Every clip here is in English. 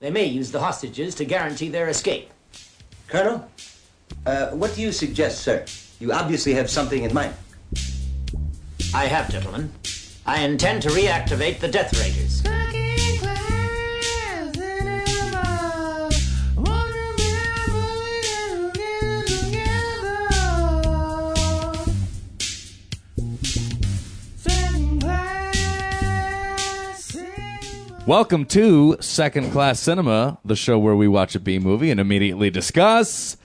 They may use the hostages to guarantee their escape. Colonel, uh, what do you suggest, sir? You obviously have something in mind. I have, gentlemen. I intend to reactivate the Death Raiders. Welcome to Second Class Cinema, the show where we watch a B movie and immediately discuss.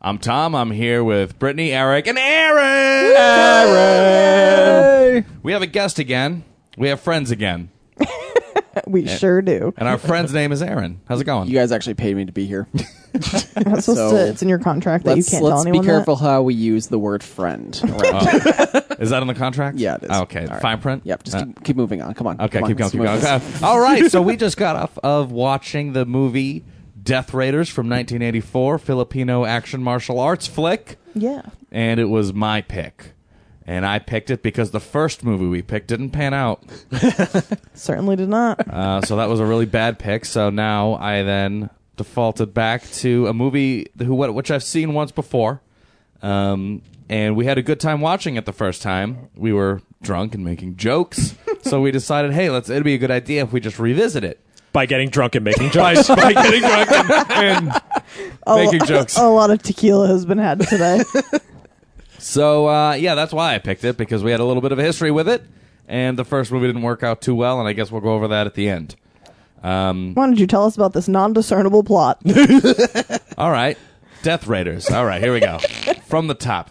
I'm Tom. I'm here with Brittany, Eric, and Aaron. We have a guest again. We have friends again, We sure do. and our friend's name is Aaron. How's it going? You guys actually paid me to be here. You're not supposed So- to- it's in your contract that you let's can't tell let's be anyone. careful how we use the word friend. around here. Is that on the contract? Ah, Yeah, it is. Okay, All right. fine print. Yep, just Uh, keep, keep moving on. Come on. Okay, come on, keep going, keep going. let's move this. Okay. All right, so we just got off of watching the movie Death Raiders from 1984, Filipino action martial arts flick, That. Yeah. and it was my pick. And I picked it because the first movie we picked didn't pan out. Certainly did not. Uh, so that was a really bad pick. So now I then defaulted back to a movie who what which I've seen once before, um, and we had a good time watching it the first time. We were drunk and making jokes, so we decided, hey, let's it'd be a good idea if we just revisit it. by getting drunk and making jokes. by, getting drunk and, A making lo- jokes. A lot of tequila has been had today. So uh, yeah, that's why I picked it because we had a little bit of a history with it, and the first movie didn't work out too well, and I guess we'll go over that at the end. Why don't you tell us about this non-discernible plot? All right, Death Raiders. All right, here we go from the top.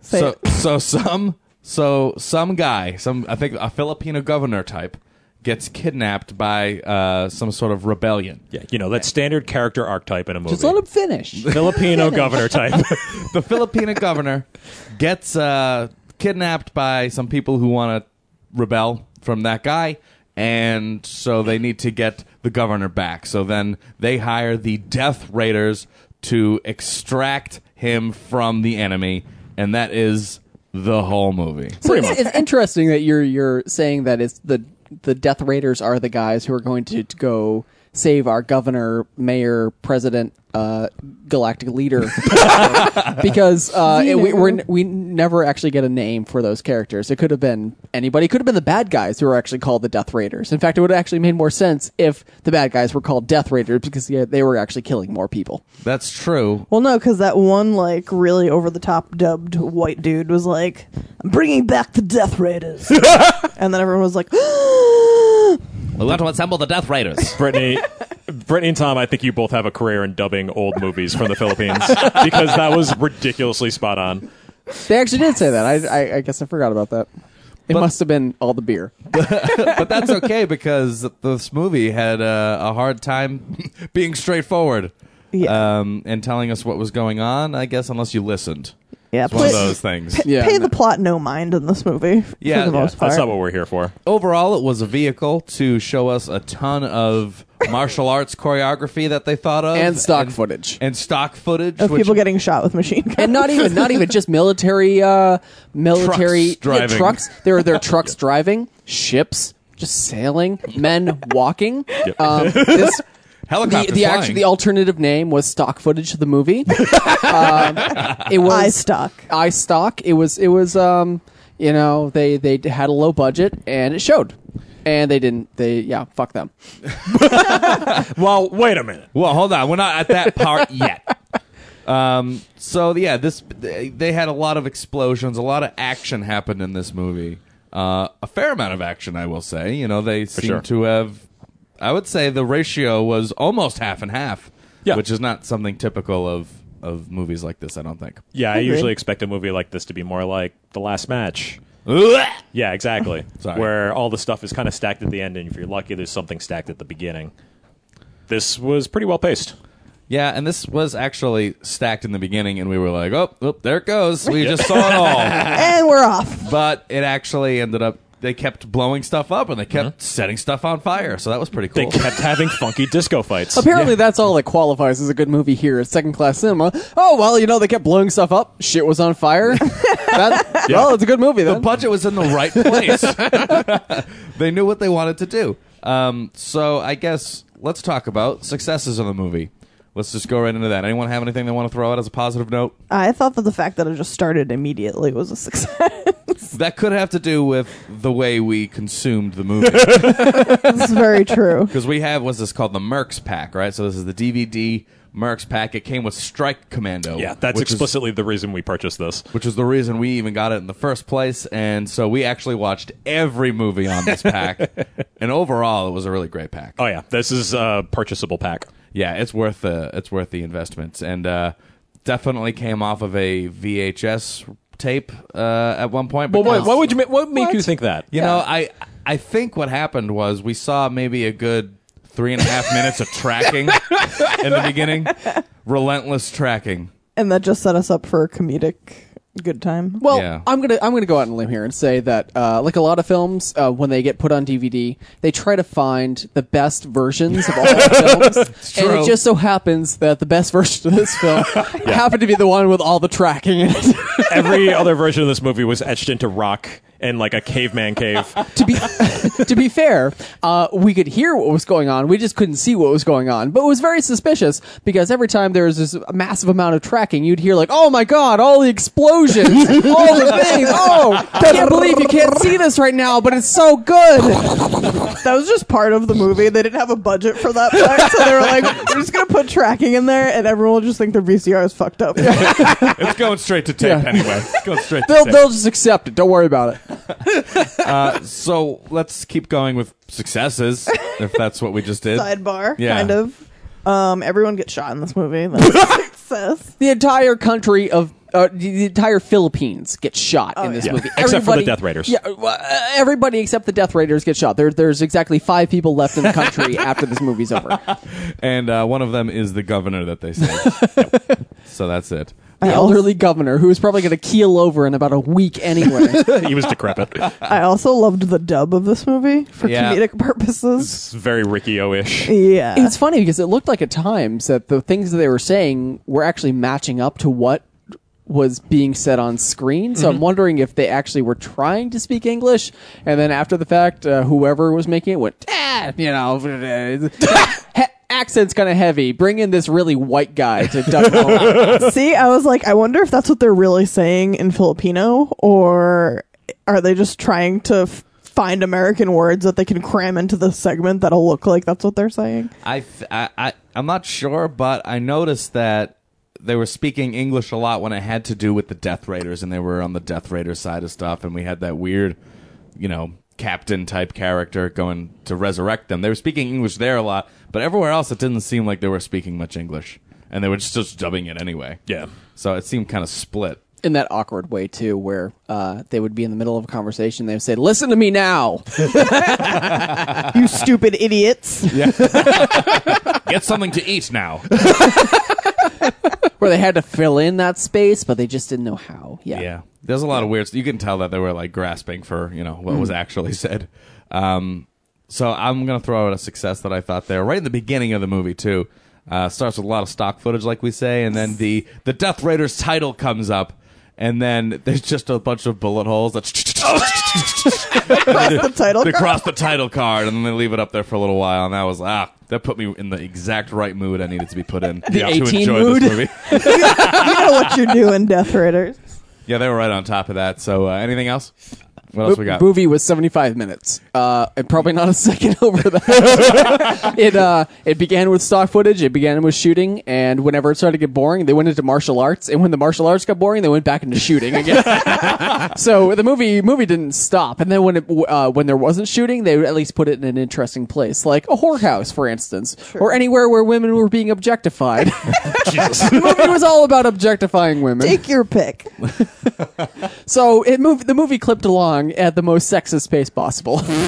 Say so it. so some so some guy some I think a Filipino governor type gets kidnapped by uh, some sort of rebellion. yeah, you know that standard character archetype in a movie. Just let him finish. Filipino governor type. The Filipino governor gets uh, kidnapped by some people who want to rebel from that guy, and so they need to get the governor back. So then they hire the Death Raiders to extract him from the enemy, and that is the whole movie. So it's, it's interesting that you're you're saying that it's the the Death Raiders are the guys who are going to, to go save our governor, mayor, president, uh, galactic leader, because uh, it, we we're, n- we never actually get a name for those characters. It could have been anybody. It could have been the bad guys who are actually called the Death Raiders. In fact, it would have actually made more sense if the bad guys were called Death Raiders because yeah, they were actually killing more people. That's true. Well, no, because that one like really over the top dubbed white dude was like, "I'm bringing back the Death Raiders," and then everyone was like, We want to assemble the Death Raiders. Brittany, Brittany and Tom, I think you both have a career in dubbing old movies from the Philippines because that was ridiculously spot on. They actually did say that. I, I, I guess I forgot about that. It But- must have been all the beer. but that's okay because this movie had uh, a hard time being straightforward Yeah. um, and telling us what was going on. I guess unless you listened, "Yeah, it's one of pla- those things. pa- Yeah, pay no. the plot no mind in this movie." Yeah, for the yeah, most part. That's not what we're here for. Overall, it was a vehicle to show us a ton of martial arts choreography that they thought of And stock footage. and stock footage of which- people getting shot with machine guns. and not even not even just military uh Trucks military driving. Yeah, trucks there are there are trucks driving ships just sailing men walking um, this the, helicopters the, flying. actual, the alternative name was stock footage of the movie um, it was eye stock. eye stock it was it was um you know they they had a low budget and it showed and they didn't they yeah fuck them Well, wait a minute. Well, hold on. We're not at that part yet. Um, so yeah, this they they had a lot of explosions, a lot of action happened in this movie. Uh, a fair amount of action, I will say. You know, they seem sure. to have. I would say the ratio was almost half and half, Yeah. which is not something typical of of movies like this. I don't think. Yeah, I Agreed. usually expect a movie like this to be more like The Last Match. Yeah, exactly. Sorry. Where all the stuff is kind of stacked at the end, and if you're lucky, there's something stacked at the beginning. This was pretty well paced. Yeah, and this was actually stacked in the beginning, and we were like, "Oh, oh there it goes." We just saw it all. and we're off. but it actually ended up they kept blowing stuff up and they kept setting stuff on fire so that was pretty Uh-huh. They cool kept having funky disco fights. Apparently, that's all that qualifies as a good movie here at Second Class Cinema. Oh well, you know they kept blowing stuff up. Shit was on fire. that, Well, it's a good movie. the Then. budget was in the right place they knew what they wanted to do um, so i guess let's talk about successes of the movie. Let's just go right into that. Anyone have anything they want to throw out as a positive note? I thought that the fact that it just started immediately was a success. That could have to do with the way we consumed the movie. it's very true. Because we have, what's this called? The Mercs Pack, right? So this is the DVD Mercs Pack. It came with Strike Commando. Yeah, that's which is- explicitly the reason we purchased this. which was the reason we even got it in the first place. And so we actually watched every movie on this pack. and overall, it was a really great pack. Oh yeah, this is a purchasable pack. Yeah, it's worth the it's worth the investments, and uh, definitely came off of a VHS tape uh, at one point. Well, what, because- what would you? ma- What make you think that? you know, I I think what happened was we saw maybe a good three and a half minutes of tracking in the beginning, relentless tracking. And that just set us up for a comedic good time. Well, Yeah. I'm gonna I'm gonna go out on a limb here and say that uh, like a lot of films, uh, when they get put on DVD, they try to find the best versions of all the films, and true. it just so happens that the best version of this film happened to be the one with all the tracking in it. Every other version of this movie was etched into rock in like a caveman cave. to be to be fair, uh, we could hear what was going on. We just couldn't see what was going on. But it was very suspicious because every time there was this massive amount of tracking, you'd hear like, "Oh my god, all the explosions, all the things! Oh, I can't believe you can't see this right now, but it's so good." That was just part of the movie. They didn't have a budget for that part, so they were like, "We're just gonna put tracking in there, and everyone will just think their VCR is fucked up." It's going straight to tape Yeah. anyway. It's going straight to They'll tape. they'll just accept it. Don't worry about it. Uh, So let's keep going with successes, if that's what we just did. Sidebar, Yeah. kind of. Um, everyone gets shot in this movie. That's a success. The entire country of uh, the the entire Philippines gets shot in this Oh, yeah. movie, Except for the Death Raiders. Yeah, uh, well, uh, everybody except the Death Raiders get shot. There, there's exactly five people left in the country after this movie's over. And uh, one of them is the governor that they saved. so that's it. the elderly governor who is probably going to keel over in about a week anyway. he was decrepit. I also loved the dub of this movie for Yeah. comedic purposes. It's very Ricky O-ish. Yeah, it's funny because it looked like at times that the things that they were saying were actually matching up to what was being said on screen. So I'm wondering if they actually were trying to speak English, and then after the fact, uh, whoever was making it went, ah, you know, he- accent's kind of heavy. Bring in this really white guy to duck home. See, I was like, I wonder if that's what they're really saying in Filipino, or are they just trying to f- find American words that they can cram into the segment that'll look like that's what they're saying? I, th- I, I, I'm not sure, but I noticed that they were speaking English a lot when it had to do with the Death Raiders, and they were on the Death Raider side of stuff, and we had that weird, you know, captain type character going to resurrect them. They were speaking English there a lot, but everywhere else it didn't seem like they were speaking much English, and they were just, just dubbing it anyway. Yeah. So it seemed kind of split. in that awkward way too, where uh, they would be in the middle of a conversation. They would say, "Listen to me now." You stupid idiots. Get something to eat now. where they had to fill in that space, but they just didn't know how. Yeah. Yeah. There's a lot of weird You can tell that they were like grasping for, you know, what was actually said. Um, so I'm going to throw out a success that I thought there right in the beginning of the movie, too. Uh, starts with a lot of stock footage, like we say, and then the, the Death Raiders title comes up, and then there's just a bunch of bullet holes that That's the title. they cross the title card, and then they leave it up there for a little while, and that was, ah, that put me in the exact right mood I needed to be put in to 18 enjoy mood? this movie. you know what you're doing, Death Raiders. yeah, they were right on top of that. So uh, anything else? What else we got? Movie was 75 minutes, uh, and probably not a second over that. it uh, it began with stock footage, it began with shooting, and whenever it started to get boring, they went into martial arts, and when the martial arts got boring, they went back into shooting again. so the movie movie didn't stop, and then when it uh, when there wasn't shooting, they would at least put it in an interesting place, like a whorehouse, for instance, or anywhere where women were being objectified. the movie was all about objectifying women. Take your pick. So it moved. The movie clipped along at the most sexist pace possible.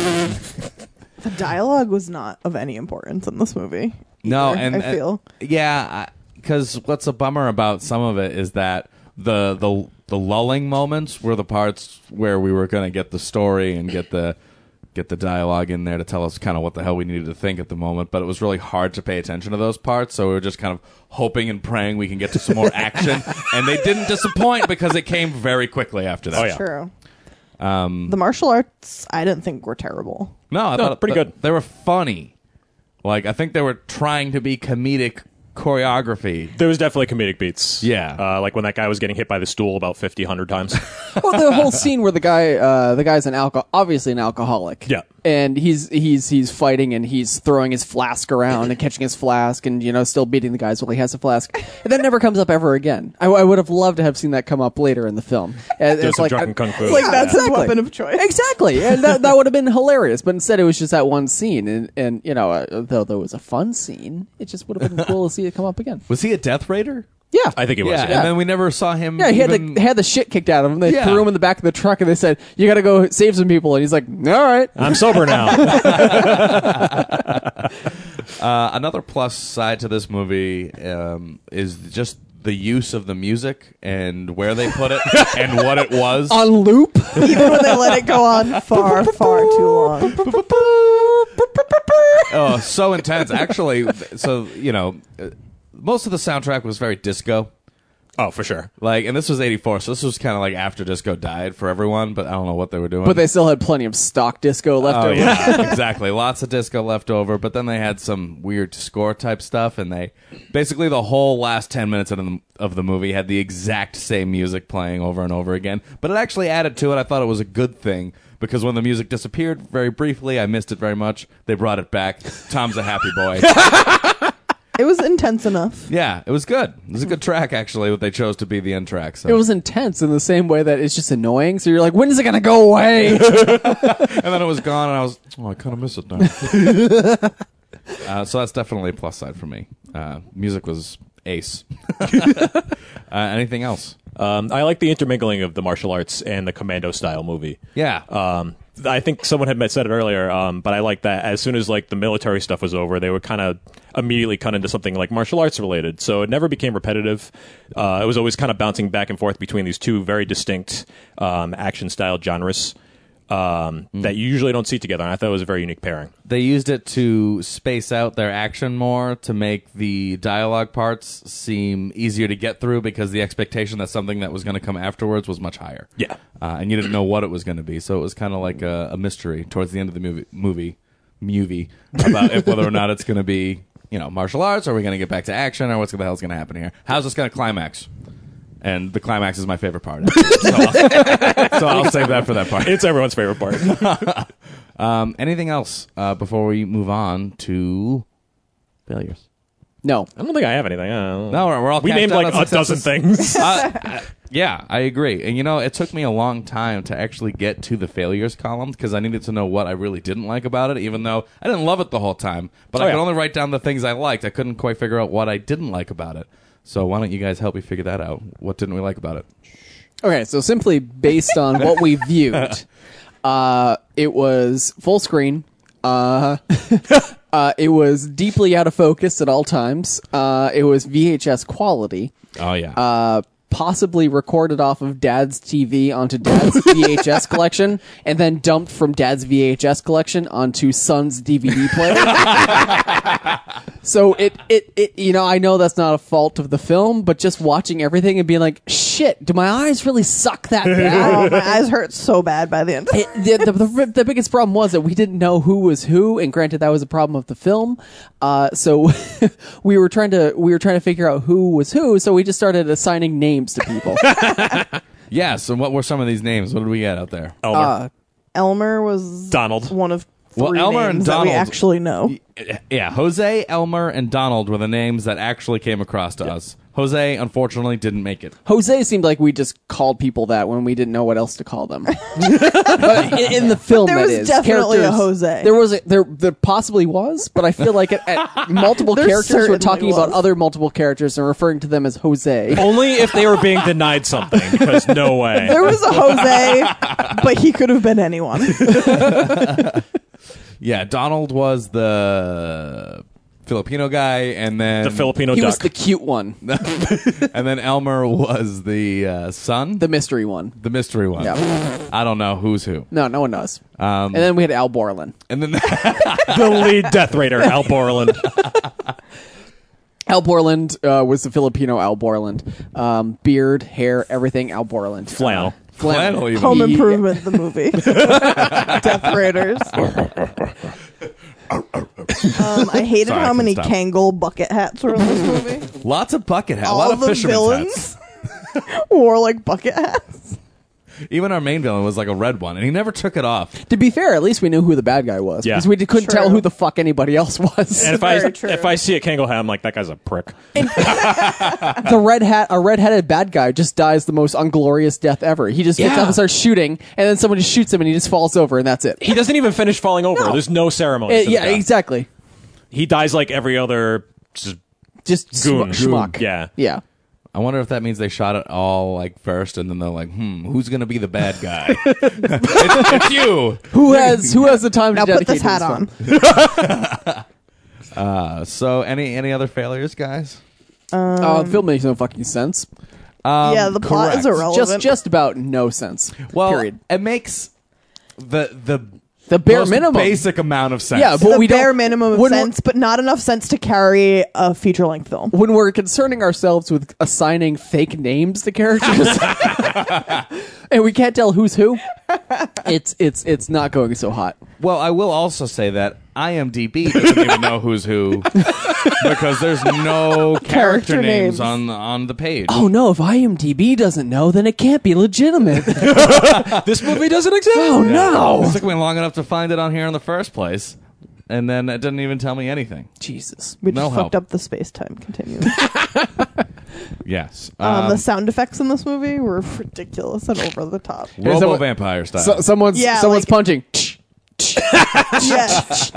The dialogue was not of any importance in this movie. No, either, and I and- feel. yeah, because what's a bummer about some of it is that the the the lulling moments were the parts where we were going to get the story and get the get the dialogue in there to tell us kind of what the hell we needed to think at the moment. But it was really hard to pay attention to those parts, so we were just kind of hoping and praying we can get to some more action, and they didn't disappoint because it came very quickly after that. Oh, yeah. True. Um, the martial arts, I didn't think were terrible. No, I No, thought pretty th- good. They were funny. Like I think they were trying to be comedic choreography. There was definitely comedic beats. Yeah. Uh, like when that guy was getting hit by the stool about 50, 100 times. well, the whole scene where the guy, uh, the guy's an alcohol, obviously an alcoholic. Yeah. and he's he's he's fighting and he's throwing his flask around and catching his flask and you know still beating the guys while he has a flask. And that never comes up ever again. I, I would have loved to have seen that come up later in the film. And There's it's some like drunken kung fu. Like, that's his weapon of choice. Exactly, and that, that would have been hilarious. But instead, it was just that one scene, and and you know, uh, though there was a fun scene, it just would have been cool to see it come up again. Was he a death raider? Yeah, I think it was. Yeah, and then we never saw him. Yeah, he had even- the had the shit kicked out of him. They Yeah. threw him in the back of the truck, and they said, "You got to go save some people." And he's like, "All right." I'm sober now. Uh, another plus side to this movie um, is just the use of the music and where they put it and what it was. On loop. Even when they let it go on far, far too long. oh, so intense. Actually, so you know, uh, most of the soundtrack was very disco. oh, for sure. Like, and this was '84, so this was kind of like after disco died for everyone. But I don't know what they were doing. but they still had plenty of stock disco left Oh over. yeah, exactly. Lots of disco left over, but then they had some weird score type stuff, and they basically the whole last ten minutes of the, of the movie had the exact same music playing over and over again. But it actually added to it. I thought it was a good thing because when the music disappeared very briefly, I missed it very much. They brought it back. Tom's a happy boy. It was intense enough. yeah, it was good. It was a good track actually. What they chose to be the end track. So It was intense in the same way that it's just annoying. So you're like, when is it gonna go away? and then it was gone, and I was, oh, I kind of miss it now. uh, so that's definitely a plus side for me. Uh, music was ace. uh, anything else? Um, I like the intermingling of the martial arts and the commando style movie. Yeah. Um, I think someone had said it earlier, um, but I like that. As soon as like the military stuff was over, they would kind of immediately cut into something like martial arts related. So it never became repetitive. Uh, it was always kind of bouncing back and forth between these two very distinct um, action style genres um, that you usually don't see together. And I thought it was a very unique pairing. They used it to space out their action more to make the dialogue parts seem easier to get through because the expectation that something that was going to come afterwards was much higher. Yeah. Uh, and you didn't know what it was going to be. So it was kind of like a, a mystery towards the end of the movie, movie, movie about if, whether or not it's going to be, you know, martial arts. Are we going to get back to action or what's the hell's going to happen here? How's this going to climax? And the climax is my favorite part. so, I'll, so I'll save that for that part. It's everyone's favorite part. Um, anything else uh, before we move on to failures? no. I don't think I have anything. I don't know. No, we're, we're all we cashed named out like on a dozen successes. things. Uh, uh, yeah, I agree. And you know, it took me a long time to actually get to the failures column because I needed to know what I really didn't like about it, even though I didn't love it the whole time. But Oh, I could yeah. only write down the things I liked. I couldn't quite figure out what I didn't like about it. So why don't you guys help me figure that out? What didn't we like about it? Okay, so simply based on what we viewed, uh, it was full screen. Uh, uh, it was deeply out of focus at all times. Uh, it was VHS quality. Oh yeah. uh, possibly recorded off of dad's TV onto dad's VHS collection and then dumped from dad's VHS collection onto son's DVD player. so it, it, it, you know, I know that's not a fault of the film, but just watching everything and being like, shit, do my eyes really suck that bad? Oh, my eyes hurt so bad by the end. it, the, the, the, the biggest problem was that we didn't know who was who, and granted, that was a problem of the film. Uh, so we were trying to we were trying to figure out who was who. So we just started assigning names to people. yes. And what were some of these names? What did we get out there? Elmer. Elmer was Donald. one of three Well, Elmer and names that we Donald- actually know. Yeah, Jose, Elmer, and Donald were the names that actually came across to us. Jose, unfortunately, didn't make it. Jose seemed like we just called people that when we didn't know what else to call them. But in, in the film, there that was is. definitely a Characters- Jose. There was a, there there possibly was, but I feel like at, at multiple There characters were certainly talking about was. other multiple characters and referring to them as Jose. Only if they were being denied something, because no way. There was a Jose, but he could have been anyone. Yeah, Donald was the Filipino guy, and then the Filipino He duck. was the cute one, and then Elmer was the uh, son, the the, mystery one. mystery one. Yeah. I don't know who's who. No, no one knows. and then we had Al Borland. And then the lead Death Raider, Al Borland. Al Borland uh, was the Filipino Al Borland. Um, beard, hair, everything Al Borland. Flannel. Flannel even. Home Yeah. Improvement, the movie. Death Raiders. Um, I hated Sorry, I how couldn't many stop. Kangol bucket hats were in this movie. Lots of bucket hats. A All lot of the fishermen's villains hats. wore like bucket hats. Even our main villain was like a red one, and he never took it off. To be fair, at least we knew who the bad guy was. Yeah. Because we d- couldn't True. tell who the fuck anybody else was. And if I very true. if I see a Kangol hat, I'm like, that guy's a prick. the red hat, a red-headed bad guy just dies the most unglorious death ever. He just gets Yeah. up and starts shooting, and then someone just shoots him, and he just falls over, and that's it. He doesn't even finish falling over. No. There's no ceremony. Uh, to the yeah, death. exactly. He dies like every other. s- Just Goon. schmuck. schmuck. Goon. Yeah. Yeah. I wonder if that means they shot it all like first, and then they're like, "Hmm, who's gonna be the bad guy? it's, it's you." Who has who has the time Now to put dedicate this to hat on. film? Uh, so, any any other failures, guys? Uh, the film makes no fucking sense. Um, yeah, the plot correct. is irrelevant. Just just about no sense. Well, period. it makes the the The bare most minimum. basic amount of sense. Yeah, but- the we don't- bare minimum of when we- sense, but not enough sense to carry a feature length film. when we're concerning ourselves with assigning fake names to characters and we can't tell who's who it's it's it's not going so hot well, I will also say that IMDb doesn't even know who's who because there's no character, Character names names. on the, on the page. oh no if imdb doesn't know then it can't be legitimate This movie doesn't exist. oh It no took me long enough to find it on here in the first place, and then it didn't even tell me anything. jesus We No just help. fucked up the space time continuum. Yes, um, um, the sound effects in this movie were ridiculous and over the top. Is that Robo what- Vampire style. so, someone's Yeah, someone's like- punching yes.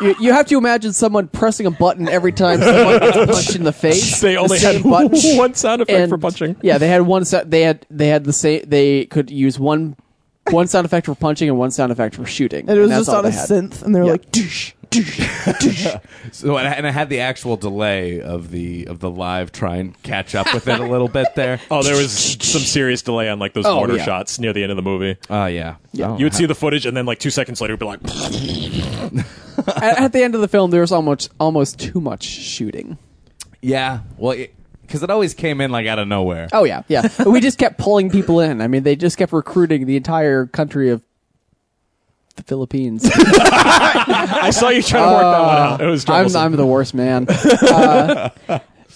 you, you have to imagine someone pressing a button every time someone gets punched in the face They The only same had button. one sound effect And- for punching. Yeah, they had one. sou- They had they had the same. They could use one one sound effect for punching and one sound effect for shooting. And it was that's just all on a they had. synth, and they were Yeah. like, doosh, doosh, doosh. So and I, and I had the actual delay of the of the live try and catch up with it a little bit there. Oh, there was some serious delay on like those Oh, mortar yeah. Uh-huh. shots near the end of the movie. Oh yeah, yeah. You would see the footage, and then like two seconds later, it'd be like, at, at the end of the film, there was almost almost too much shooting. yeah. Well, because it, always came in like out of nowhere. Oh yeah, yeah. we just kept pulling people in. I mean, they just kept recruiting the entire country of the Philippines. "I saw you trying to work that one out." It was Uh, I'm, troublesome. I'm the worst man. Uh,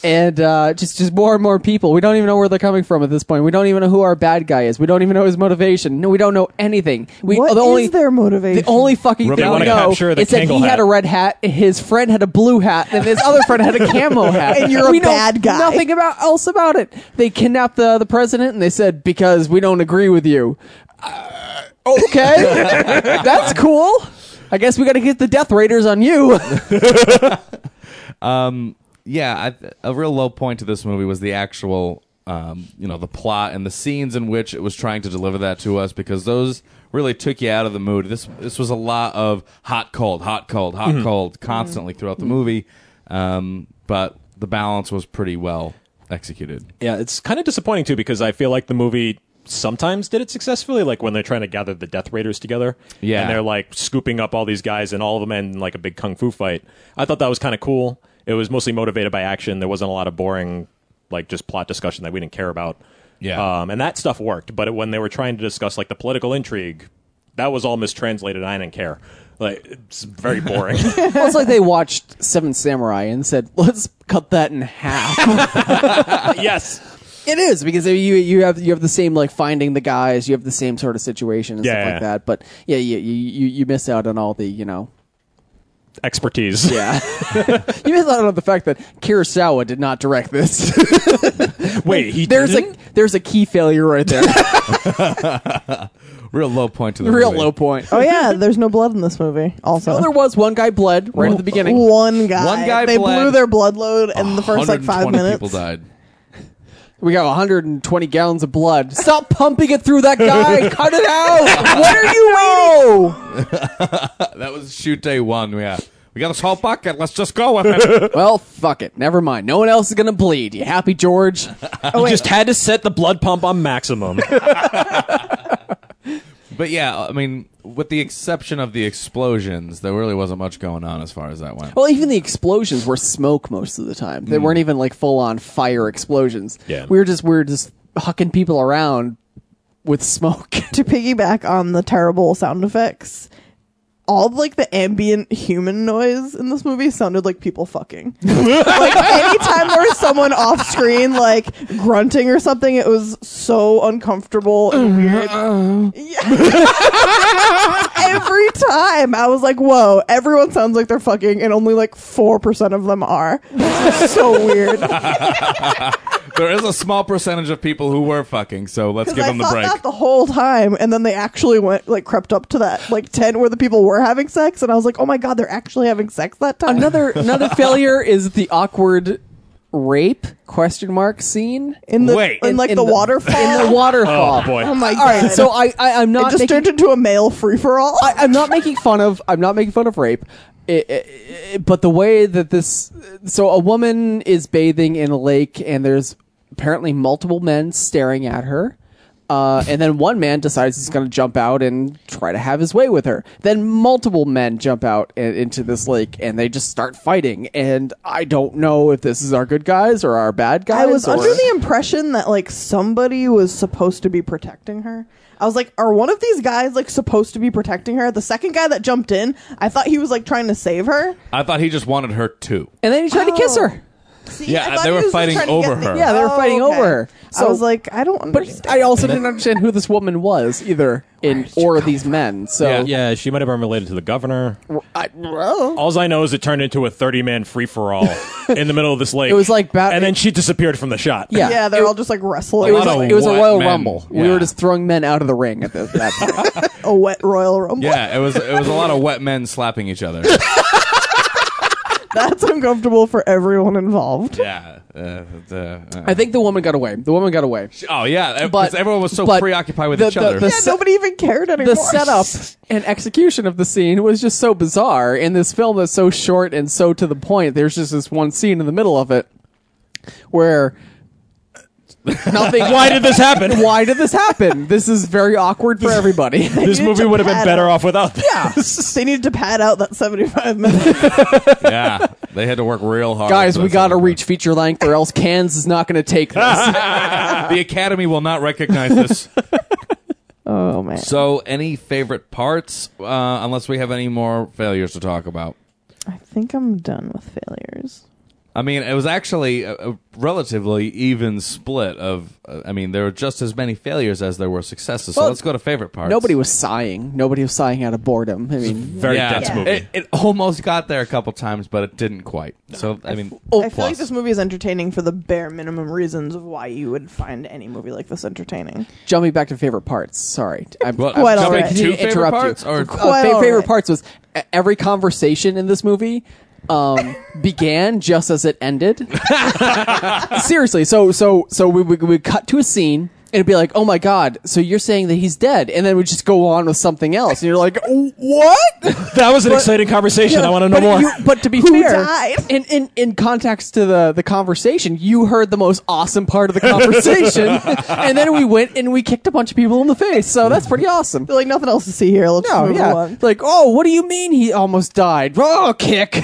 and uh, just just more and more people. We don't even know where they're coming from at this point. We don't even know who our bad guy is. We don't even know his motivation. No, we don't know anything. We What the is only their motivation? The only fucking They thing we wanna know is capture the that Kangol he had hat. a red hat, his friend had a blue hat, and his other friend had a camo hat. And you're a we know bad guy. Nothing about else about it. They kidnapped the the president, and they said because we don't agree with you. Uh, okay, that's cool. I guess we got to get the death raiders on you. yeah, I, a real low point to this movie was the actual, um, you know, the plot and the scenes in which it was trying to deliver that to us because those really took you out of the mood. This this was a lot of hot cold, hot cold, hot Mm-hmm. cold constantly throughout the movie, um, but the balance was pretty well executed. Yeah, it's kind of disappointing too because I feel like the movie sometimes did it successfully, like when they're trying to gather the Death Raiders together. Yeah. and they're like scooping up all these guys and all of them end in like a big kung fu fight. I thought that was kind of cool. It was mostly motivated by action. There wasn't a lot of boring, like just plot discussion that we didn't care about. Yeah. um, and that stuff worked. But when they were trying to discuss like the political intrigue, that was all mistranslated. and I didn't care. Like it's very boring. Well, it's like they watched Seven Samurai and said, "Let's cut that in half." yes. it is because you you have you have the same like finding the guys, you have the same sort of situation and stuff Yeah. like that. But yeah, you you you you miss out on all the you know. Expertise. Yeah, you miss out on the fact that Kurosawa did not direct this. Wait, he there's didn't? a there's a key failure right there. Real low point to the Real movie. low point. oh, yeah, there's no blood in this movie, also. Well, there was one guy bled right at the beginning. One guy. One guy They bled. blew their blood load in the first like five 120 minutes. People died. We got 120 gallons of blood. Stop pumping it through that guy. Cut it out. What are you waiting? That was shoot day one. Yeah, we got this whole bucket. Let's just go with it. Well, fuck it. Never mind. No one else is gonna bleed. You happy, George? You just had to set the blood pump on maximum. but yeah, I mean, with the exception of the explosions, there really wasn't much going on as far as that went. well, even the explosions were smoke most of the time. They weren't even like full on fire explosions. Hmm. Yeah. We were just we were just hucking people around with smoke. to piggyback on the terrible sound effects, all like the ambient human noise in this movie sounded like people fucking. like anytime there was someone off screen like grunting or something, it was so uncomfortable and weird. Yeah. Every time I was like, "Whoa!" Everyone sounds like they're fucking, and only like four percent of them are. It's just so weird. there is a small percentage of people who were fucking, so let's give Because I them the thought break. that the whole time, and then they actually went like crept up to that like tent where the people were having sex, and I was like, oh my god, they're actually having sex that time. Another another failure is the awkward rape question mark scene in the Wait. in, In- like in the, the- waterfall. in the waterfall. Oh, boy. oh my All god! right, so I, I I'm it not just making, turned into a male free for all. I, I'm not making fun of. I'm not making fun of rape. It- it- it- but the way that this, so a woman is bathing in a lake, and there's apparently multiple men staring at her. Uh, and then one man decides he's going to jump out and try to have his way with her. Then multiple men jump out and, into this lake, and they just start fighting. And I don't know if this is our good guys or our bad guys. I was or- under the impression that like somebody was supposed to be protecting her. I was like, are one of these guys like supposed to be protecting her? The second guy that jumped in, I thought he was like trying to save her. I thought he just wanted her too. and then he tried to kiss Oh. her. See, Yeah, I thought they were he was just fighting trying to over get the- her. Yeah, they were fighting over her. I So- was like, I don't understand. But I also didn't understand who this woman was either, in or these men. So Yeah. Yeah, she might have been related to the governor. I, well, All I know is it turned into a 30 man free for all in the middle of this lake. It was like ba- And then she disappeared from the shot. yeah, yeah, they're it, all just like wrestling. It was, lot of like- it was a wet royal men. rumble. We Yeah. were just throwing men out of the ring at the, that point. a wet Royal Rumble. Yeah, it was it was a lot of wet men slapping each other. That's uncomfortable for everyone involved. yeah. Uh, the, uh, I think the woman got away. The woman got away. oh yeah, But- because everyone was so but preoccupied with the- each other. the- Yeah, nobody even cared anymore. The setup and execution of the scene was just so bizarre. And this film is so short and so to the point. There's just this one scene in the middle of it where nothing. Why did this happen? Why did this happen? This is very awkward for everybody. This You movie would have been had better a- off without this. Yeah. They needed to pad out that seventy-five minutes. yeah, they had to work real hard. Guys, for we this got to one. reach feature length, or else Cans is not going to take this. the Academy will not recognize this. oh man. so, any favorite parts? Uh, unless we have any more failures to talk about. I think I'm done with failures. I mean, it was actually a, a relatively even split of. Uh, I mean, there were just as many failures as there were successes. So Well, let's go to favorite parts. Nobody was sighing. Nobody was sighing out of boredom. I mean, Very Yeah. dense Yeah. movie. It, it almost got there a couple times, but it didn't quite. So I mean, oh, I feel like plus. this movie is entertaining for the bare minimum reasons of why you would find any movie like this entertaining. jumping back to favorite parts. Sorry, I'm Well, Quite sorry all I right. Two continued to favorite interrupt parts, you. or- Uh, Quite fa- all favorite right. parts was e- every conversation in this movie um, began just as it ended. Seriously, so so so we we would cut to a scene. and It'd be like, oh my god! So you're saying that he's dead, and then we just go on with something else, and you're like, what? that was an exciting conversation. I want to know but more. you- but to be Who fair, died? in, in in context to the the conversation, you heard the most awesome part of the conversation, and then we went and we kicked a bunch of people in the face. So that's pretty awesome. I feel like nothing else to see here. Let's No, move yeah, on. like oh, what do you mean he almost died? Oh, kick!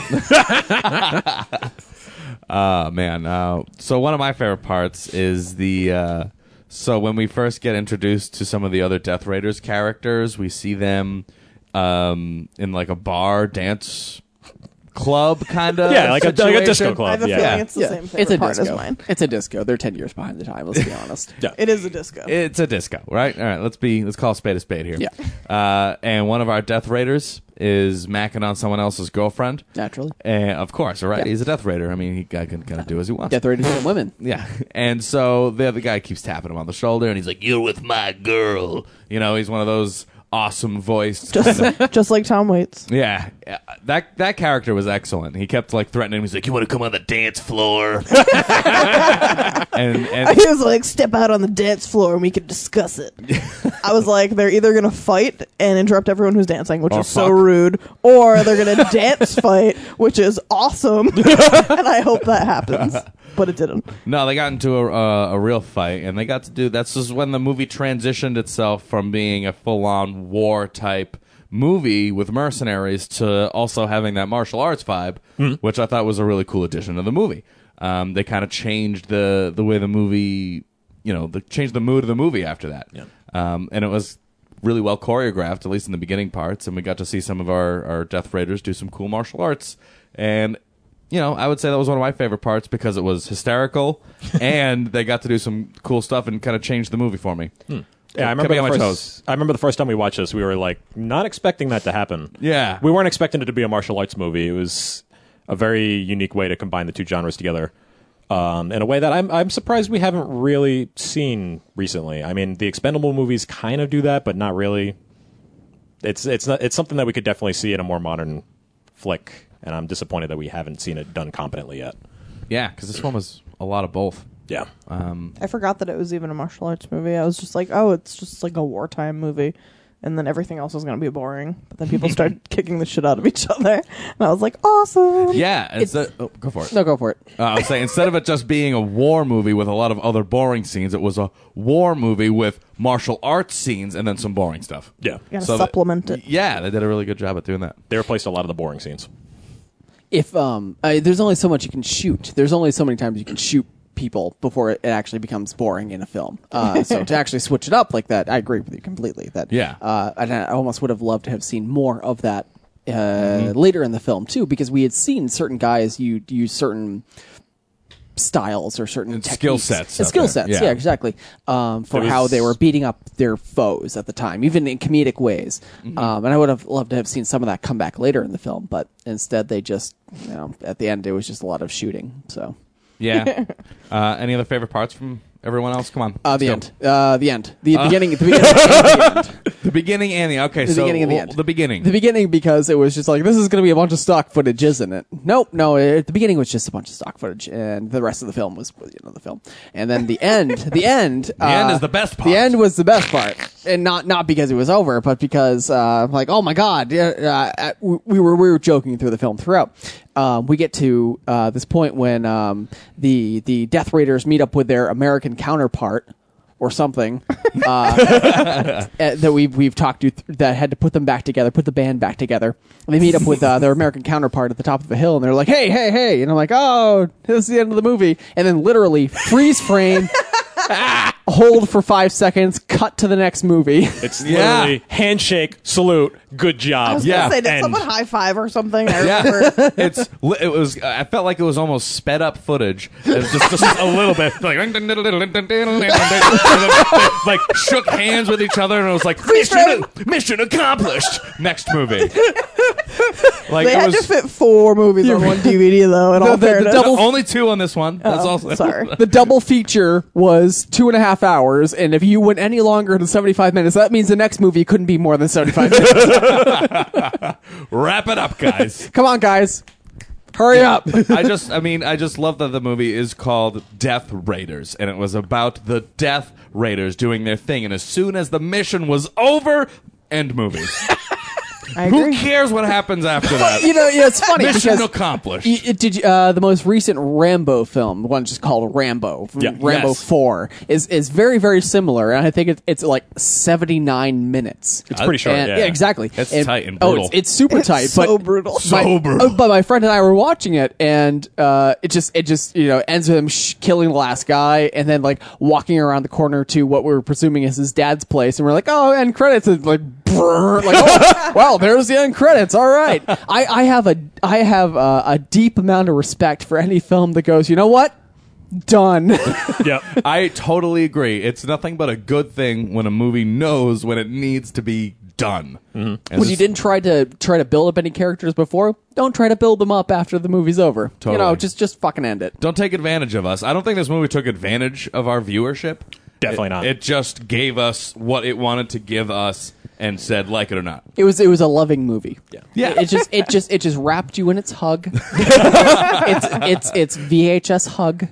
Oh man! Uh, so one of my favorite parts is the uh, so when we first get introduced to some of the other Death Raiders characters, we see them um, in like a bar dance club kind of Yeah, like a- like a disco I club. have a yeah. feeling it's the Yeah. same favorite it's a part disco. as mine. It's a disco. They're ten years behind the time. Let's be honest. Yeah. It is a disco. It's a disco, right? All right, let's be let's call a spade a spade here. Yeah. Uh, and one of our Death Raiders is macking on someone else's girlfriend. Naturally, And of course, all right, Yeah. he's a Death Raider. I mean, he guy can kind of do as he wants. death rated for women. Yeah. And so the other guy keeps tapping him on the shoulder and he's like, You're with my girl. You know, he's one of those awesome voiced. Just, just like Tom Waits. yeah. Uh, That that character was excellent. He kept like threatening him. He's like, You want to come on the dance floor? and I and was like, step out on the dance floor and we could discuss it. I was like, they're either going to fight and interrupt everyone who's dancing, which Or is so Oh, fuck. rude, or they're going to dance fight, which is awesome. and I hope that happens. But it didn't. no, they got into a, uh, a real fight and they got to do that's just when the movie transitioned itself from being a full on war type movie with mercenaries to also having that martial arts vibe, which I thought was a really cool addition to the movie. Um, they kind of changed the the way the movie, you know, the, changed the mood of the movie after that. Um, and it was really well choreographed, at least in the beginning parts, and we got to see some of our, our Death Raiders do some cool martial arts. And you know, I would say that was one of my favorite parts because it was hysterical, and they got to do some cool stuff and kind of changed the movie for me. Yeah, I Kept me remember the on my first, toes. I remember the first time we watched this, we were like not expecting that to happen. Yeah. we weren't expecting it to be a martial arts movie. It was a very unique way to combine the two genres together. Um, in a way that I'm, I'm surprised we haven't really seen recently. I mean, the Expendable movies kind of do that, but not really. It's it's not, it's something that we could definitely see in a more modern flick, and I'm disappointed that we haven't seen it done competently yet. Yeah, because this one was a lot of both. Yeah, I forgot that it was even a martial arts movie. I was just like, oh, it's just like a wartime movie. And then everything else was going to be boring. But then people started kicking the shit out of each other. And I was like, awesome. Yeah, it's, a, oh, go for it. No, go for it. Uh, I was saying instead of it just being a war movie with a lot of other boring scenes, it was a war movie with martial arts scenes and then some boring stuff. yeah. Gotta So that- supplement it. Yeah, they did a really good job at doing that. They replaced a lot of the boring scenes. If um, I, there's only so much you can shoot. There's only so many times you can shoot people before it, it actually becomes boring in a film. Uh, so to actually switch it up like that, I agree with you completely. That Yeah. Uh, and I almost would have loved to have seen more of that uh, Mm-hmm. later in the film too, because we had seen certain guys you use certain styles or certain And techniques. skill sets And out skill there. sets Yeah. yeah, exactly um, for There how was- they were beating up their foes at the time even in comedic ways Mm-hmm. um, and i would have loved to have seen some of that come back later in the film but instead they just you know at the end it was just a lot of shooting so Yeah. uh, any other favorite parts from everyone else? Come on. uh, the Still. end uh, the end the beginning the beginning and the end. The beginning and the okay. the so beginning and the well, end. The beginning. The beginning because it was just like this is going to be a bunch of stock footage, isn't it? Nope, no. At the beginning was just a bunch of stock footage, and the rest of the film was was, you know the film, and then the end. The end. The end is the best part. The end was the best part, and not not because it was over, but because uh, like oh my god, yeah, uh, uh, we we were we were joking through the film throughout. Um, we get to uh, this point when um, the the Death Raiders meet up with their American counterpart or something. uh, that we've we've talked to th- that had to put them back together, put the band back together. And they meet up with uh, their American counterpart at the top of a hill, and they're like, "Hey, hey, hey!" And I'm like, "Oh, this is the end of the movie." And then literally freeze frame, ah, hold for five seconds, cut to the next movie. It's Yeah. literally handshake, salute, good I job. was Yeah, going to say, did end. someone high five or something? I yeah, remember. it's li- it was. I felt like it was almost sped up footage. It was just, just a little bit like, and then they, like shook hands with each other, and it was like mission mission accomplished. Next movie, like They it had was to fit four movies on one DVD, though, in all the- the fairness. double- only two on this one. That's Oh, also sorry. the double feature was two and a half hours, and if you went any longer than seventy five minutes, that means the next movie couldn't be more than seventy five minutes. Wrap it up, guys. Come on, guys, hurry up. I just, I mean, I just love that the movie is called Death Raiders, and it was about the Death Raiders doing their thing. And as soon as the mission was over, end movie. I Who agree. cares what happens after that? you know, yeah, it's funny Mission because accomplished. Y- it- did you, uh, the most recent Rambo film, the one just called Rambo, from Yeah. Rambo Yes. Four, is is very very similar, and I think it, it's like seventy nine minutes. It's pretty short. And- yeah. exactly. It's tight and oh, brutal. it's, it's super tight, but so brutal. my- So brutal. uh, but my friend and I were watching it, and uh, it just it just you know ends with him sh- killing the last guy, and then like walking around the corner to what we were presuming is his dad's place, and we're like, oh, end credits, and like, brrr, like, oh, well, there's the end credits. All right, I, I have a I have a, a deep amount of respect for any film that goes, you know what, done. yeah. I totally agree. It's nothing but a good thing when a movie knows when it needs to be done. Mm-hmm. when you didn't try to try to build up any characters before, don't try to build them up after the movie's over. You know, Totally. just just fucking end it. don't take advantage of us. I don't think this movie took advantage of our viewership. Definitely It- not. It just gave us what it wanted to give us and said, like it or not. It was it was a loving movie. Yeah. Yeah. It, it just it just it just wrapped you in its hug. it's it's it's VHS hug.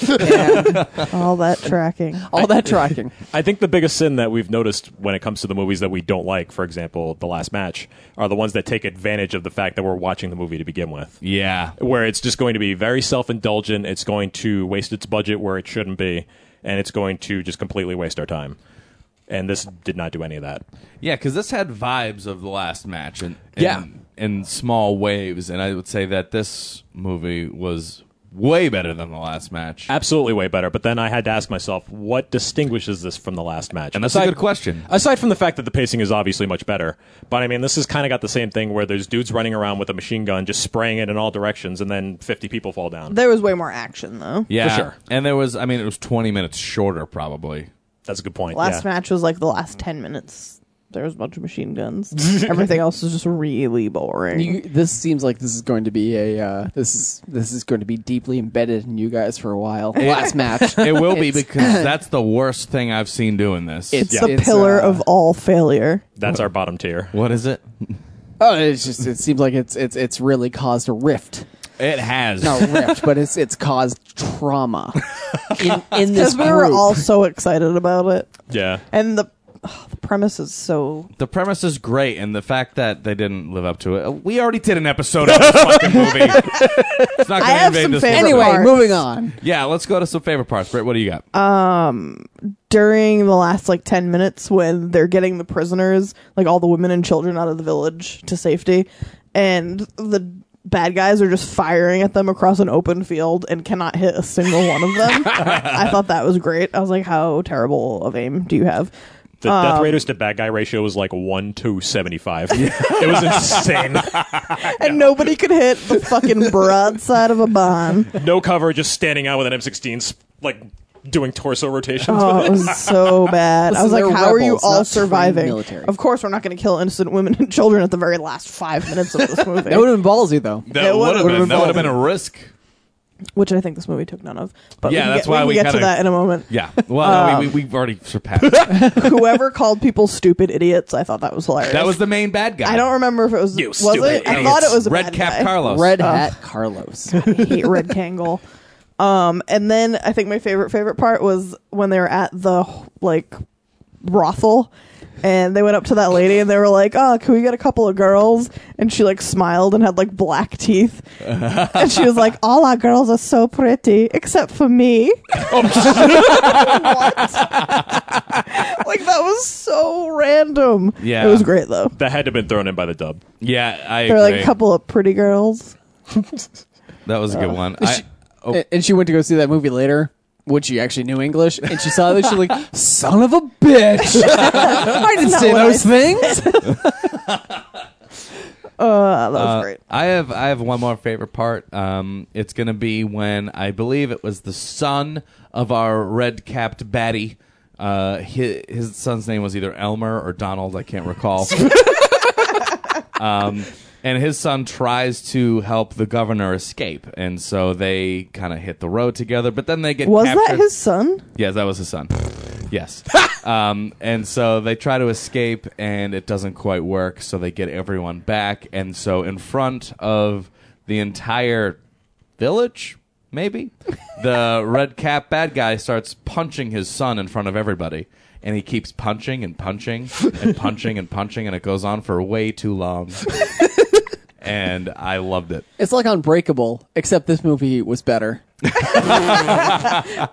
And all that tracking. all that tracking. I think the biggest sin that we've noticed when it comes to the movies that we don't like, for example, The Last Match, are the ones that take advantage of the fact that we're watching the movie to begin with. Yeah. Where it's just going to be very self indulgent, it's going to waste its budget where it shouldn't be, and it's going to just completely waste our time. And this did not do any of that. Yeah, because this had vibes of the last match, and, and Yeah. in small waves. And I would say that this movie was way better than the last match. Absolutely way better. But then I had to ask myself, what distinguishes this from the last match? And that's a good question. Aside from the fact that the pacing is obviously much better, but I mean, this has kind of got the same thing where there's dudes running around with a machine gun, just spraying it in all directions, and then 50 people fall down. There was way more action though. Yeah, For sure. And there was, I mean, it was 20 minutes shorter, probably. That's a good point. Last yeah. match was like the last ten minutes. There was a bunch of machine guns. Everything else was just really boring. You, this seems like this is going to be a uh, this is this is going to be deeply embedded in you guys for a while. Last match, It will be because that's the worst thing I've seen doing this. it's yeah. the It's, pillar uh, of all failure. That's our bottom tier. what is it? oh, it's just it seems like it's it's it's really caused a rift. It has. No rift, but it's it's caused trauma in in this Because we were group. all so excited about it, Yeah. and the ugh, the premise is so The premise is great, and the fact that they didn't live up to it. uh, We already did an episode of this fucking movie. It's not going to I have some invade this. favorite- little- anyway, parts. moving on. Yeah, let's go to some favorite parts. Britt, what do you got? Uh, during the last like 10 minutes when they're getting the prisoners like all the women and children out of the village to safety and the bad guys are just firing at them across an open field and cannot hit a single one of them i thought that was great i was like how terrible of aim do you have The Death Raiders to bad guy ratio was like 1 to 75. it was insane. and nobody could hit the fucking broadside of a bomb no cover, just standing out with an M16, like doing torso rotations. Oh, it was so bad. I was Listen, like, they're how are you rebels, all not trained surviving? military. Of course, we're not going to kill innocent women and children at the very last five minutes of this movie. That would have been ballsy though. That it would would've have been, been that would have fun. been a risk. which I think this movie took none of. But Yeah, we can that's get, why we we can get to kinda- that in a moment. Yeah. Well, Um, no, we, we, we've already surpassed. that Whoever called people stupid idiots, I thought that was hilarious. was the main bad guy. I don't remember if it was. was stupid it? I thought it was a Red bad Cap guy. Carlos. Red Hat Carlos. I hate Red Kangle. Um, and then I think my favorite favorite part was when they were at the like brothel, and they went up to that lady and they were like, "Oh, can we get a couple of girls?" And she like smiled and had like black teeth, and she was like, "All our girls are so pretty except for me." what? like that was so random. Yeah. it was great though. That had to have been thrown in by the dub. Yeah, I There were like agree. a couple of pretty girls. That was a Uh, good one. I, oh, And- And she went to go see that movie later when she actually knew English, and she saw that she's like, "Son of a bitch! I didn't say what I those things." Uh, that was uh, great. I have I have one more favorite part. Um, it's gonna be when I believe it was the son of our red capped baddie. Uh, his, his son's name was either Elmer or Donald. I can't recall. um, and his son tries to help the governor escape, and so they kind of hit the road together. But then they get Was captured. that his son? Yes, that was his son. yes. um, and so they try to escape, and it doesn't quite work. So they get everyone back, and so in front of the entire village, maybe the red cap bad guy starts punching his son in front of everybody. And he keeps punching and punching and punching and punching, and it goes on for way too long. and I loved it. It's like Unbreakable, except this movie was better.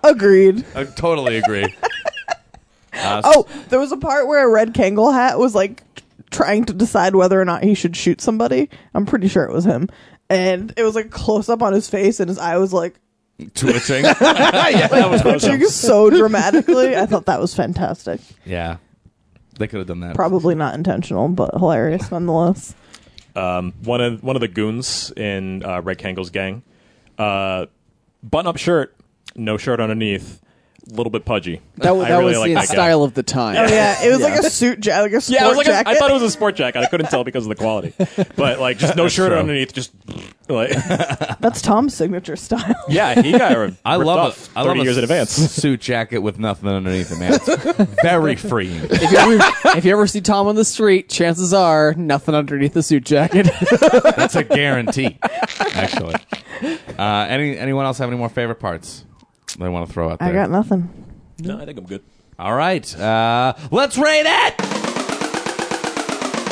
Agreed. I totally agree. Uh, Oh, there was a part where a red Kangol hat was like t- trying to decide whether or not he should shoot somebody. I'm pretty sure it was him. And it was like close up on his face, and his eye was like twitching. yeah, that was twitching so dramatically. I thought that was fantastic. Yeah. They could have done that. Probably not intentional, but hilarious nonetheless. um, one of one of the goons in uh, Red Kangle's gang, uh, button up shirt, no shirt underneath, a little bit pudgy. That, w- I that really was like the that guy. style of the time. Oh yeah, it was like a suit jacket, like a sport Yeah, I, was like jacket. a, I thought it was a sport jacket. I couldn't tell because of the quality, but like just no shirt true. underneath, just like That's Tom's signature style. yeah, he got ripped I love off it. I love thirty a years in advance. Suit jacket with nothing underneath it, man. It's very freeing. If you, ever, if you ever see Tom on the street, chances are nothing underneath the suit jacket. That's a guarantee, actually. Uh, any anyone else have any more favorite parts they want to throw out there? I got nothing. No, I think I'm good. All right, uh, let's rate it.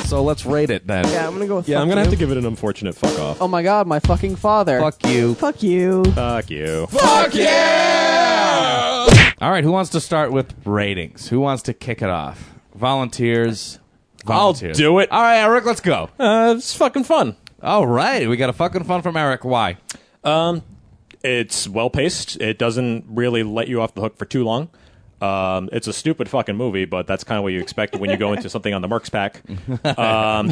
So let's rate it then. Yeah, I'm gonna go with Yeah, fuck I'm gonna you. have to give it an unfortunate fuck off. oh my god, my fucking father. Fuck you. Fuck you. Fuck you. All right, who wants to start with ratings? Who wants to kick it off? Volunteers. I'll Volunteers. do it. All right, Eric, let's go. Uh, it's fucking fun. All right, we got a fucking fun from Eric. Why? Um, It's well paced. It doesn't really let you off the hook for too long. Um, it's a stupid fucking movie, but that's kind of what you expect when you go into something on the Mercs pack. Um,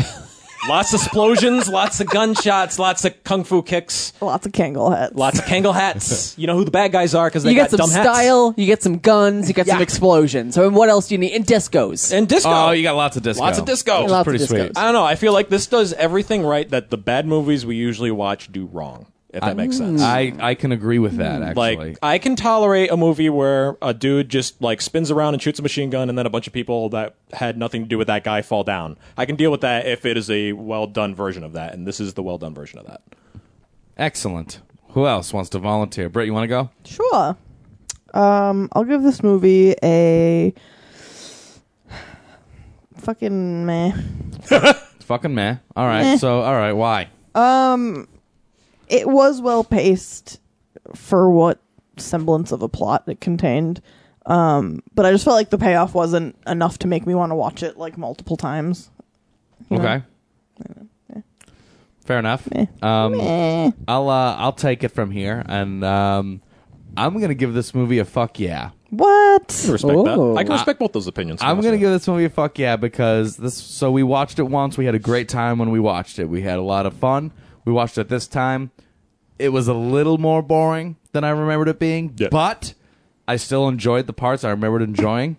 Lots of explosions, lots of gunshots, lots of kung fu kicks, Lots of Kangol heads. lots of Kangol hats. You know who the bad guys are because they you got get some dumb hats. style, you get some guns, you get some Yeah. explosions. I mean, what else do you need? And discos. and disco. Oh, you got lots of disco. Lots of disco. Um, Which is Lots of pretty discos. sweet. I don't know. I feel like this does everything right that the bad movies we usually watch do wrong. If that makes sense. I, I can agree with that like actually. uh, I can tolerate a movie where a dude just like spins around and shoots a machine gun, and then a bunch of people that had nothing to do with that guy fall down. I can deal with that if it is a well done version of that, and this is the well done version of that. Excellent. Who else wants to volunteer? Britt, you want to go? Sure. Um, I'll give this movie a fucking meh. Fucking meh. All right. so all right. Why? It was well paced for what semblance of a plot it contained. Um, but I just felt like the payoff wasn't enough to make me want to watch it like multiple times. Okay. Fair enough. Meh. Um, Eh. I'll uh, I'll take it from here, and um, I'm gonna give this movie a fuck yeah. What? I respect Oh. that. I can respect both those opinions. I'm gonna honestly. give this movie a fuck yeah because this. So we watched it once. We had a great time when we watched it. We had a lot of fun. We watched it this time. It was a little more boring than I remembered it being, Yeah. but I still enjoyed the parts I remembered enjoying.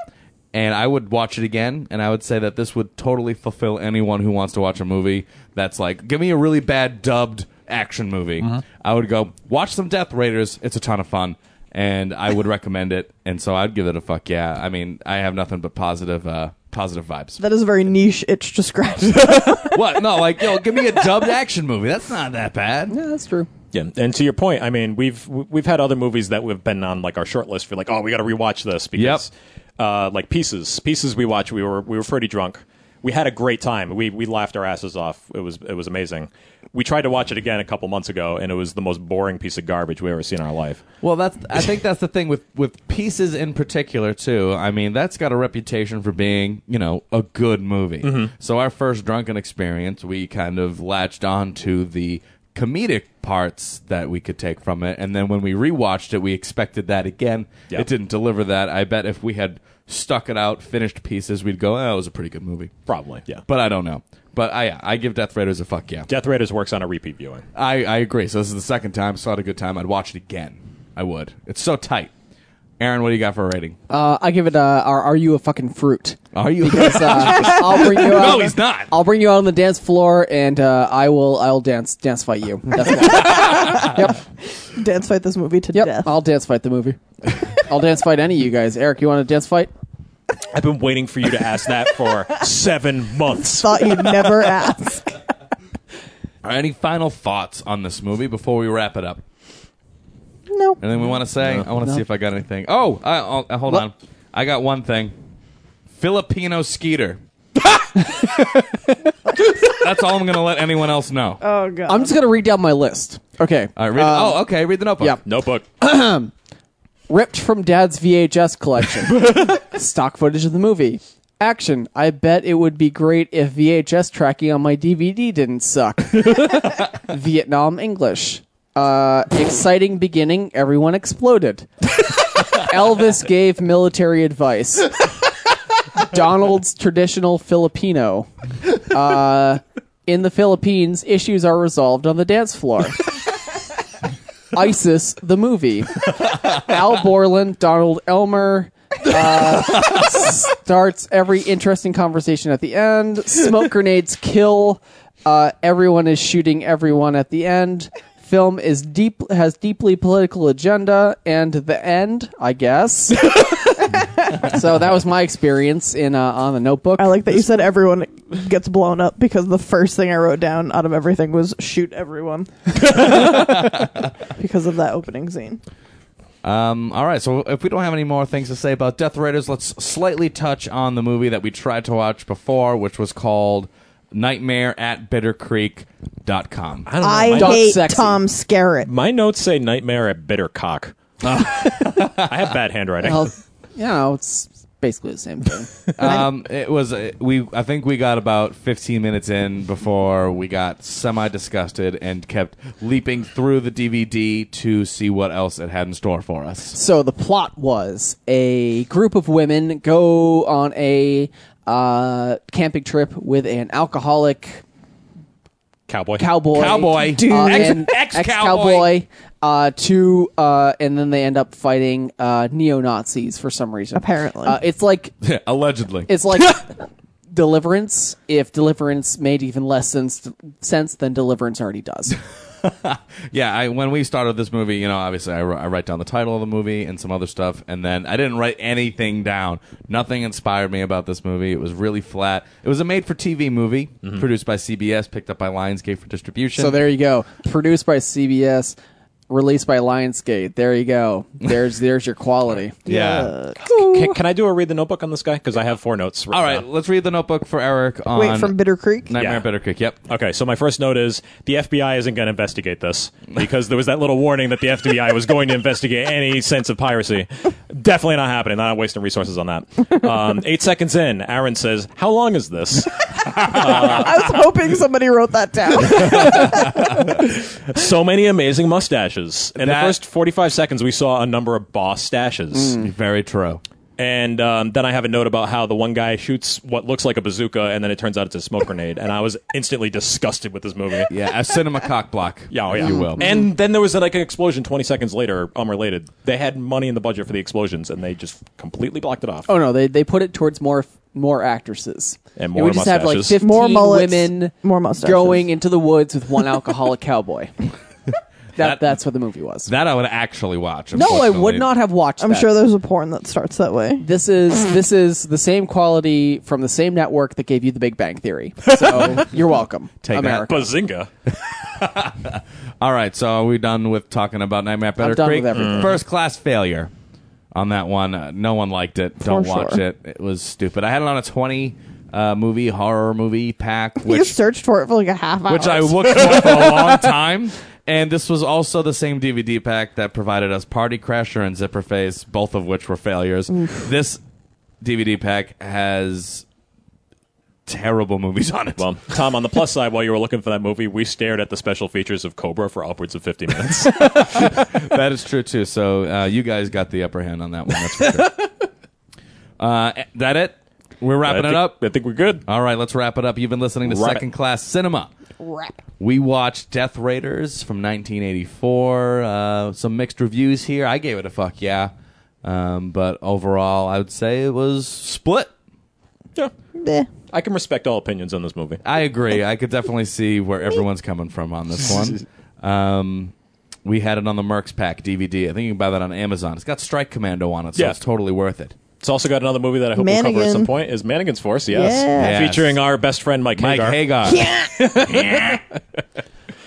And I would watch it again, and I would say that this would totally fulfill anyone who wants to watch a movie that's like, give me a really bad dubbed action movie. I would go, watch some Death Raiders. It's a ton of fun. And I would recommend it. And so I'd give it a fuck yeah. I mean, I have nothing but positive uh, positive vibes. That is a very niche itch to scratch. what? No, like, yo, give me a dubbed action movie. That's not that bad. yeah, that's true. Yeah, and to your point, I mean, we've we've had other movies that we've been on like our short list for like, oh, we got to rewatch this because, uh, like pieces, pieces we watched, we were we were pretty drunk. We had a great time. We we laughed our asses off. It was it was amazing. We tried to watch it again a couple months ago, and it was the most boring piece of garbage we ever seen in our life. Well, that's. I think that's the thing with with pieces in particular too. I mean, that's got a reputation for being you know a good movie. So our first drunken experience, we kind of latched on to the comedic parts that we could take from it, and then when we rewatched it, we expected that again. Yeah. It didn't deliver that. I bet if we had stuck it out, finished pieces, we'd go, "Oh, it was a pretty good movie." Probably, yeah. But But I don't know. But I I give Death Raiders a fuck yeah. Death Raiders works on a repeat viewing. I, I agree. So this is the second time. Saw it a good time. I'd watch it again. I would. It's so tight. Aaron, what do you got for a rating? Uh, I give it. A, are, are you a fucking fruit? Are you? Because, uh, I'll bring you out. no, he's not. I'll bring you out on the dance floor, and uh, I will. I'll dance dance fight you. That's fine. yep, Dance fight this movie to yep. death. I'll dance fight the movie. I'll dance fight any of you guys. Eric, you want to dance fight? I've been waiting for you to ask that for seven months. Thought you'd never ask. Are any final thoughts on this movie before we wrap it up? No. And then we want to say, I want to see if I got anything. Oh, I, I'll, uh, hold on. I got one thing. Filipino Skeeter. That's all I'm going to let anyone else know. All Oh god. I'm just gonna read down my list. Okay. right. Read, oh, okay. Read the notebook. Um, yeah. Notebook. ripped from dad's VHS collection. Stock footage of the movie. Action. I bet it would be great if VHS tracking on my DVD didn't suck. Vietnam English. Uh, exciting beginning. Everyone exploded. Elvis gave military advice. Donald's traditional Filipino. Uh, in the Philippines, issues are resolved on the dance floor. ISIS, the movie. Al Borland, Donald Elmer uh, starts every interesting conversation at the end. Smoke grenades kill. Uh, everyone is shooting everyone at the end. Film is deep has deeply political agenda, and the end, I guess. so that was my experience in uh, on the Notebook. I like that you said everyone gets blown up because the first thing I wrote down out of everything was shoot everyone. because of that opening scene. Um, all right, so if we don't have any more things to say about Death Raiders, let's slightly touch on the movie that we tried to watch before, which was called Nightmare at BitterCreek.com. I don't know. I my, Dog hate sexy. Tom Skerritt. my notes say Oh, nightmare at bitter cock. I have bad handwriting. Well, you know, it's basically the same thing. Um, it was uh, we. I think we got about 15 minutes in before we got semi disgusted and kept leaping through the DVD to see what else it had in store for us. so the plot was a group of women go on a uh, camping trip with an alcoholic Cowboy. cowboy, Cowboy. Dude. uh, Ex- and ex-cowboy. ex-cowboy, uh, to uh, and then they end up fighting uh, neo Nazis for some reason. Apparently. uh, it's like Allegedly, it's like Deliverance. If Deliverance made even less sense sense than Deliverance already does. yeah. I, when we started this movie, you know, obviously I, wr- I write down the title of the movie and some other stuff, and then I didn't write anything down. Nothing inspired me about this movie. It was really flat. It was a made-for-TV movie Mm-hmm. produced by CBS, picked up by Lionsgate for distribution. So there you go. Produced by CBS, released by Lionsgate. There you go. There's there's your quality. yeah. Can, can I do a read the notebook on this guy? Because I have four notes. All right, now. let's read the notebook for Eric on Wait, from Bitter Creek? Nightmare Yeah. on Bitter Creek. Yep. Okay, so my first note is the FBI isn't going to investigate this because there was that little warning that the FBI was going to investigate any sense of piracy. Definitely not happening. Not wasting resources on that. Um, eight seconds in, Aaron says, "How long is this?" I was hoping somebody wrote that down. so many amazing mustaches. In That- the first forty-five seconds, we saw a number of boss stashes. Very true. And um, then I have a note about how the one guy shoots what looks like a bazooka, and then it turns out it's a smoke grenade. And I was instantly disgusted with this movie. Yeah, a cinema cock block. Yeah, oh, yeah. if you will. And then there was like an explosion 20 seconds later, unrelated. They had money in the budget for the explosions, and they just completely blocked it off. Oh no, they they put it towards more more actresses. And more we just have like mustaches. fifteen More mullets, women more mustaches. going into the woods with one alcoholic cowboy. That, that's what the movie was. that I would actually watch. no, I would unfortunately. not have watched. I'm that. sure there's a porn that starts that way. this is this is the same quality from the same network that gave you The Big Bang Theory. So you're welcome, Take that. America. Bazinga. All right, so are we done with talking about Nightmare at Better done Creek? Mm. with everything. First class failure on that one. Uh, no one liked it. Don't sure. watch it. It was stupid. I had it on a 20 uh, movie horror movie pack, you which searched for it for like a half hour. which I looked for for a long time. And this was also the same DVD pack that provided us Party Crasher and Zipper Face, both of which were failures. This DVD pack has terrible movies on it. Well, Tom, on the plus side, while you were looking for that movie, we stared at the special features of Cobra for upwards of 50 minutes. that is true too. So uh, you guys got the upper hand on that one. That's for sure. uh, that it? We're I wrapping think- it up. I think we're good. All right, let's wrap it up. You've been listening to Wrap it. Second Class Cinema. We watched Death Raiders from 1984. Uh, some mixed reviews here. I gave it a fuck yeah, um, but overall, I would say it was split. Yeah. Meh. I can respect all opinions on this movie. I agree. I could definitely see where everyone's coming from on this one. Um, we had it on the Mercs Pack DVD. I think you can buy that on Amazon. It's got Strike Commando on it, so Yeah. it's totally worth it. It's also got another movie that I hope we'll cover Mannigan. at some point is Mannequin's Force, yes. Yeah. Yes. Featuring our best friend Mike, Mike Hagar. Hagar.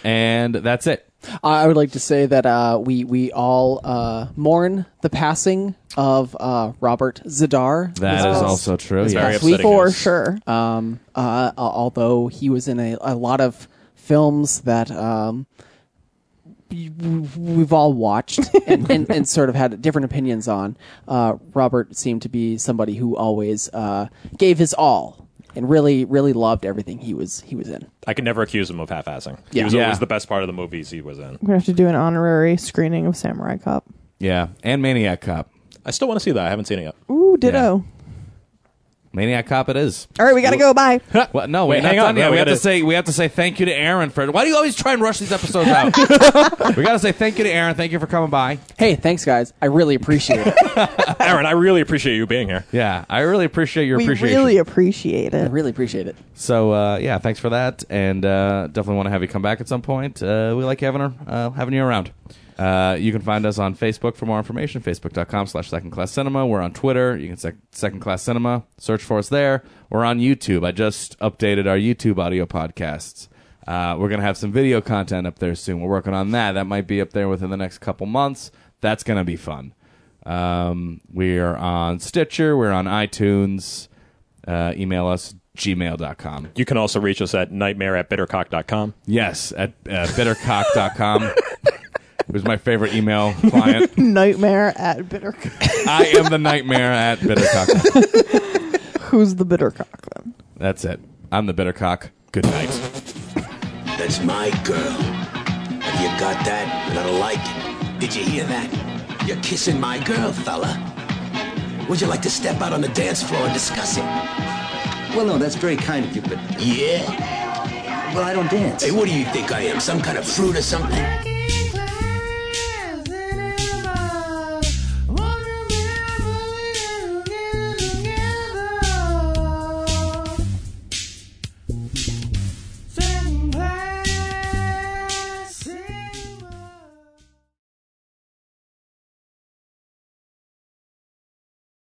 and that's it. I I would like to say that uh, we we all uh, mourn the passing of uh, Robert Zadar. That is also true. That's yes. very upsetting For news. sure. Um, uh, al- although he was in a, a lot of films that um, we- we've all watched and, and, and sort of had different opinions on. Uh, Robert seemed to be somebody who always uh, gave his all and really really loved everything he was he was in. I can never accuse him of half-assing. He Yeah. was Yeah. always the best part of the movies he was in. We're going to have to do an honorary screening of Samurai Cop. Yeah. And Maniac Cop. I still want to see that. I haven't seen it yet. Ooh, ditto. Maniac Cop it is. All right, we got to go. Bye. What? No, Wait, we're not hang on. done yet. No, we, we have to gotta- say we have to say thank you to Aaron for Why do you always try and rush these episodes out? we got to say thank you to Aaron. Thank you for coming by. Hey, thanks guys, I really appreciate it. Aaron, I really appreciate you being here. Yeah, I really appreciate your We appreciation. really appreciate I it. really appreciate it. So uh, yeah, thanks for that, and uh, definitely want to have you come back at some point. Uh, we like having her, uh, having you around. Uh, you can find us on Facebook for more information, facebook.com slash second class cinema. We're on Twitter. You can sec- second class cinema. Search for us there. We're on YouTube. I just updated our YouTube audio podcasts. Uh, we're going to have some video content up there soon. We're working on that. That might be up there within the next couple months. That's going to be fun. Um, we're on Stitcher. We're on iTunes. Uh, email us gmail.com. You can also reach us at nightmare at bittercock.com. Yes, at uh, bittercock.com. was my favorite email client. Nightmare at Bittercock. I am the nightmare at Bittercock. Who's the Bittercock then? That's it. I'm the Bittercock. Good night. That's my girl. Have you got that? And I don't like it. Did you hear that? You're kissing my girl, fella. Would you like to step out on the dance floor and discuss it? Well, no, that's very kind of you, but Yeah. well, I don't dance. Hey, what do you think I am? Some kind of fruit or something?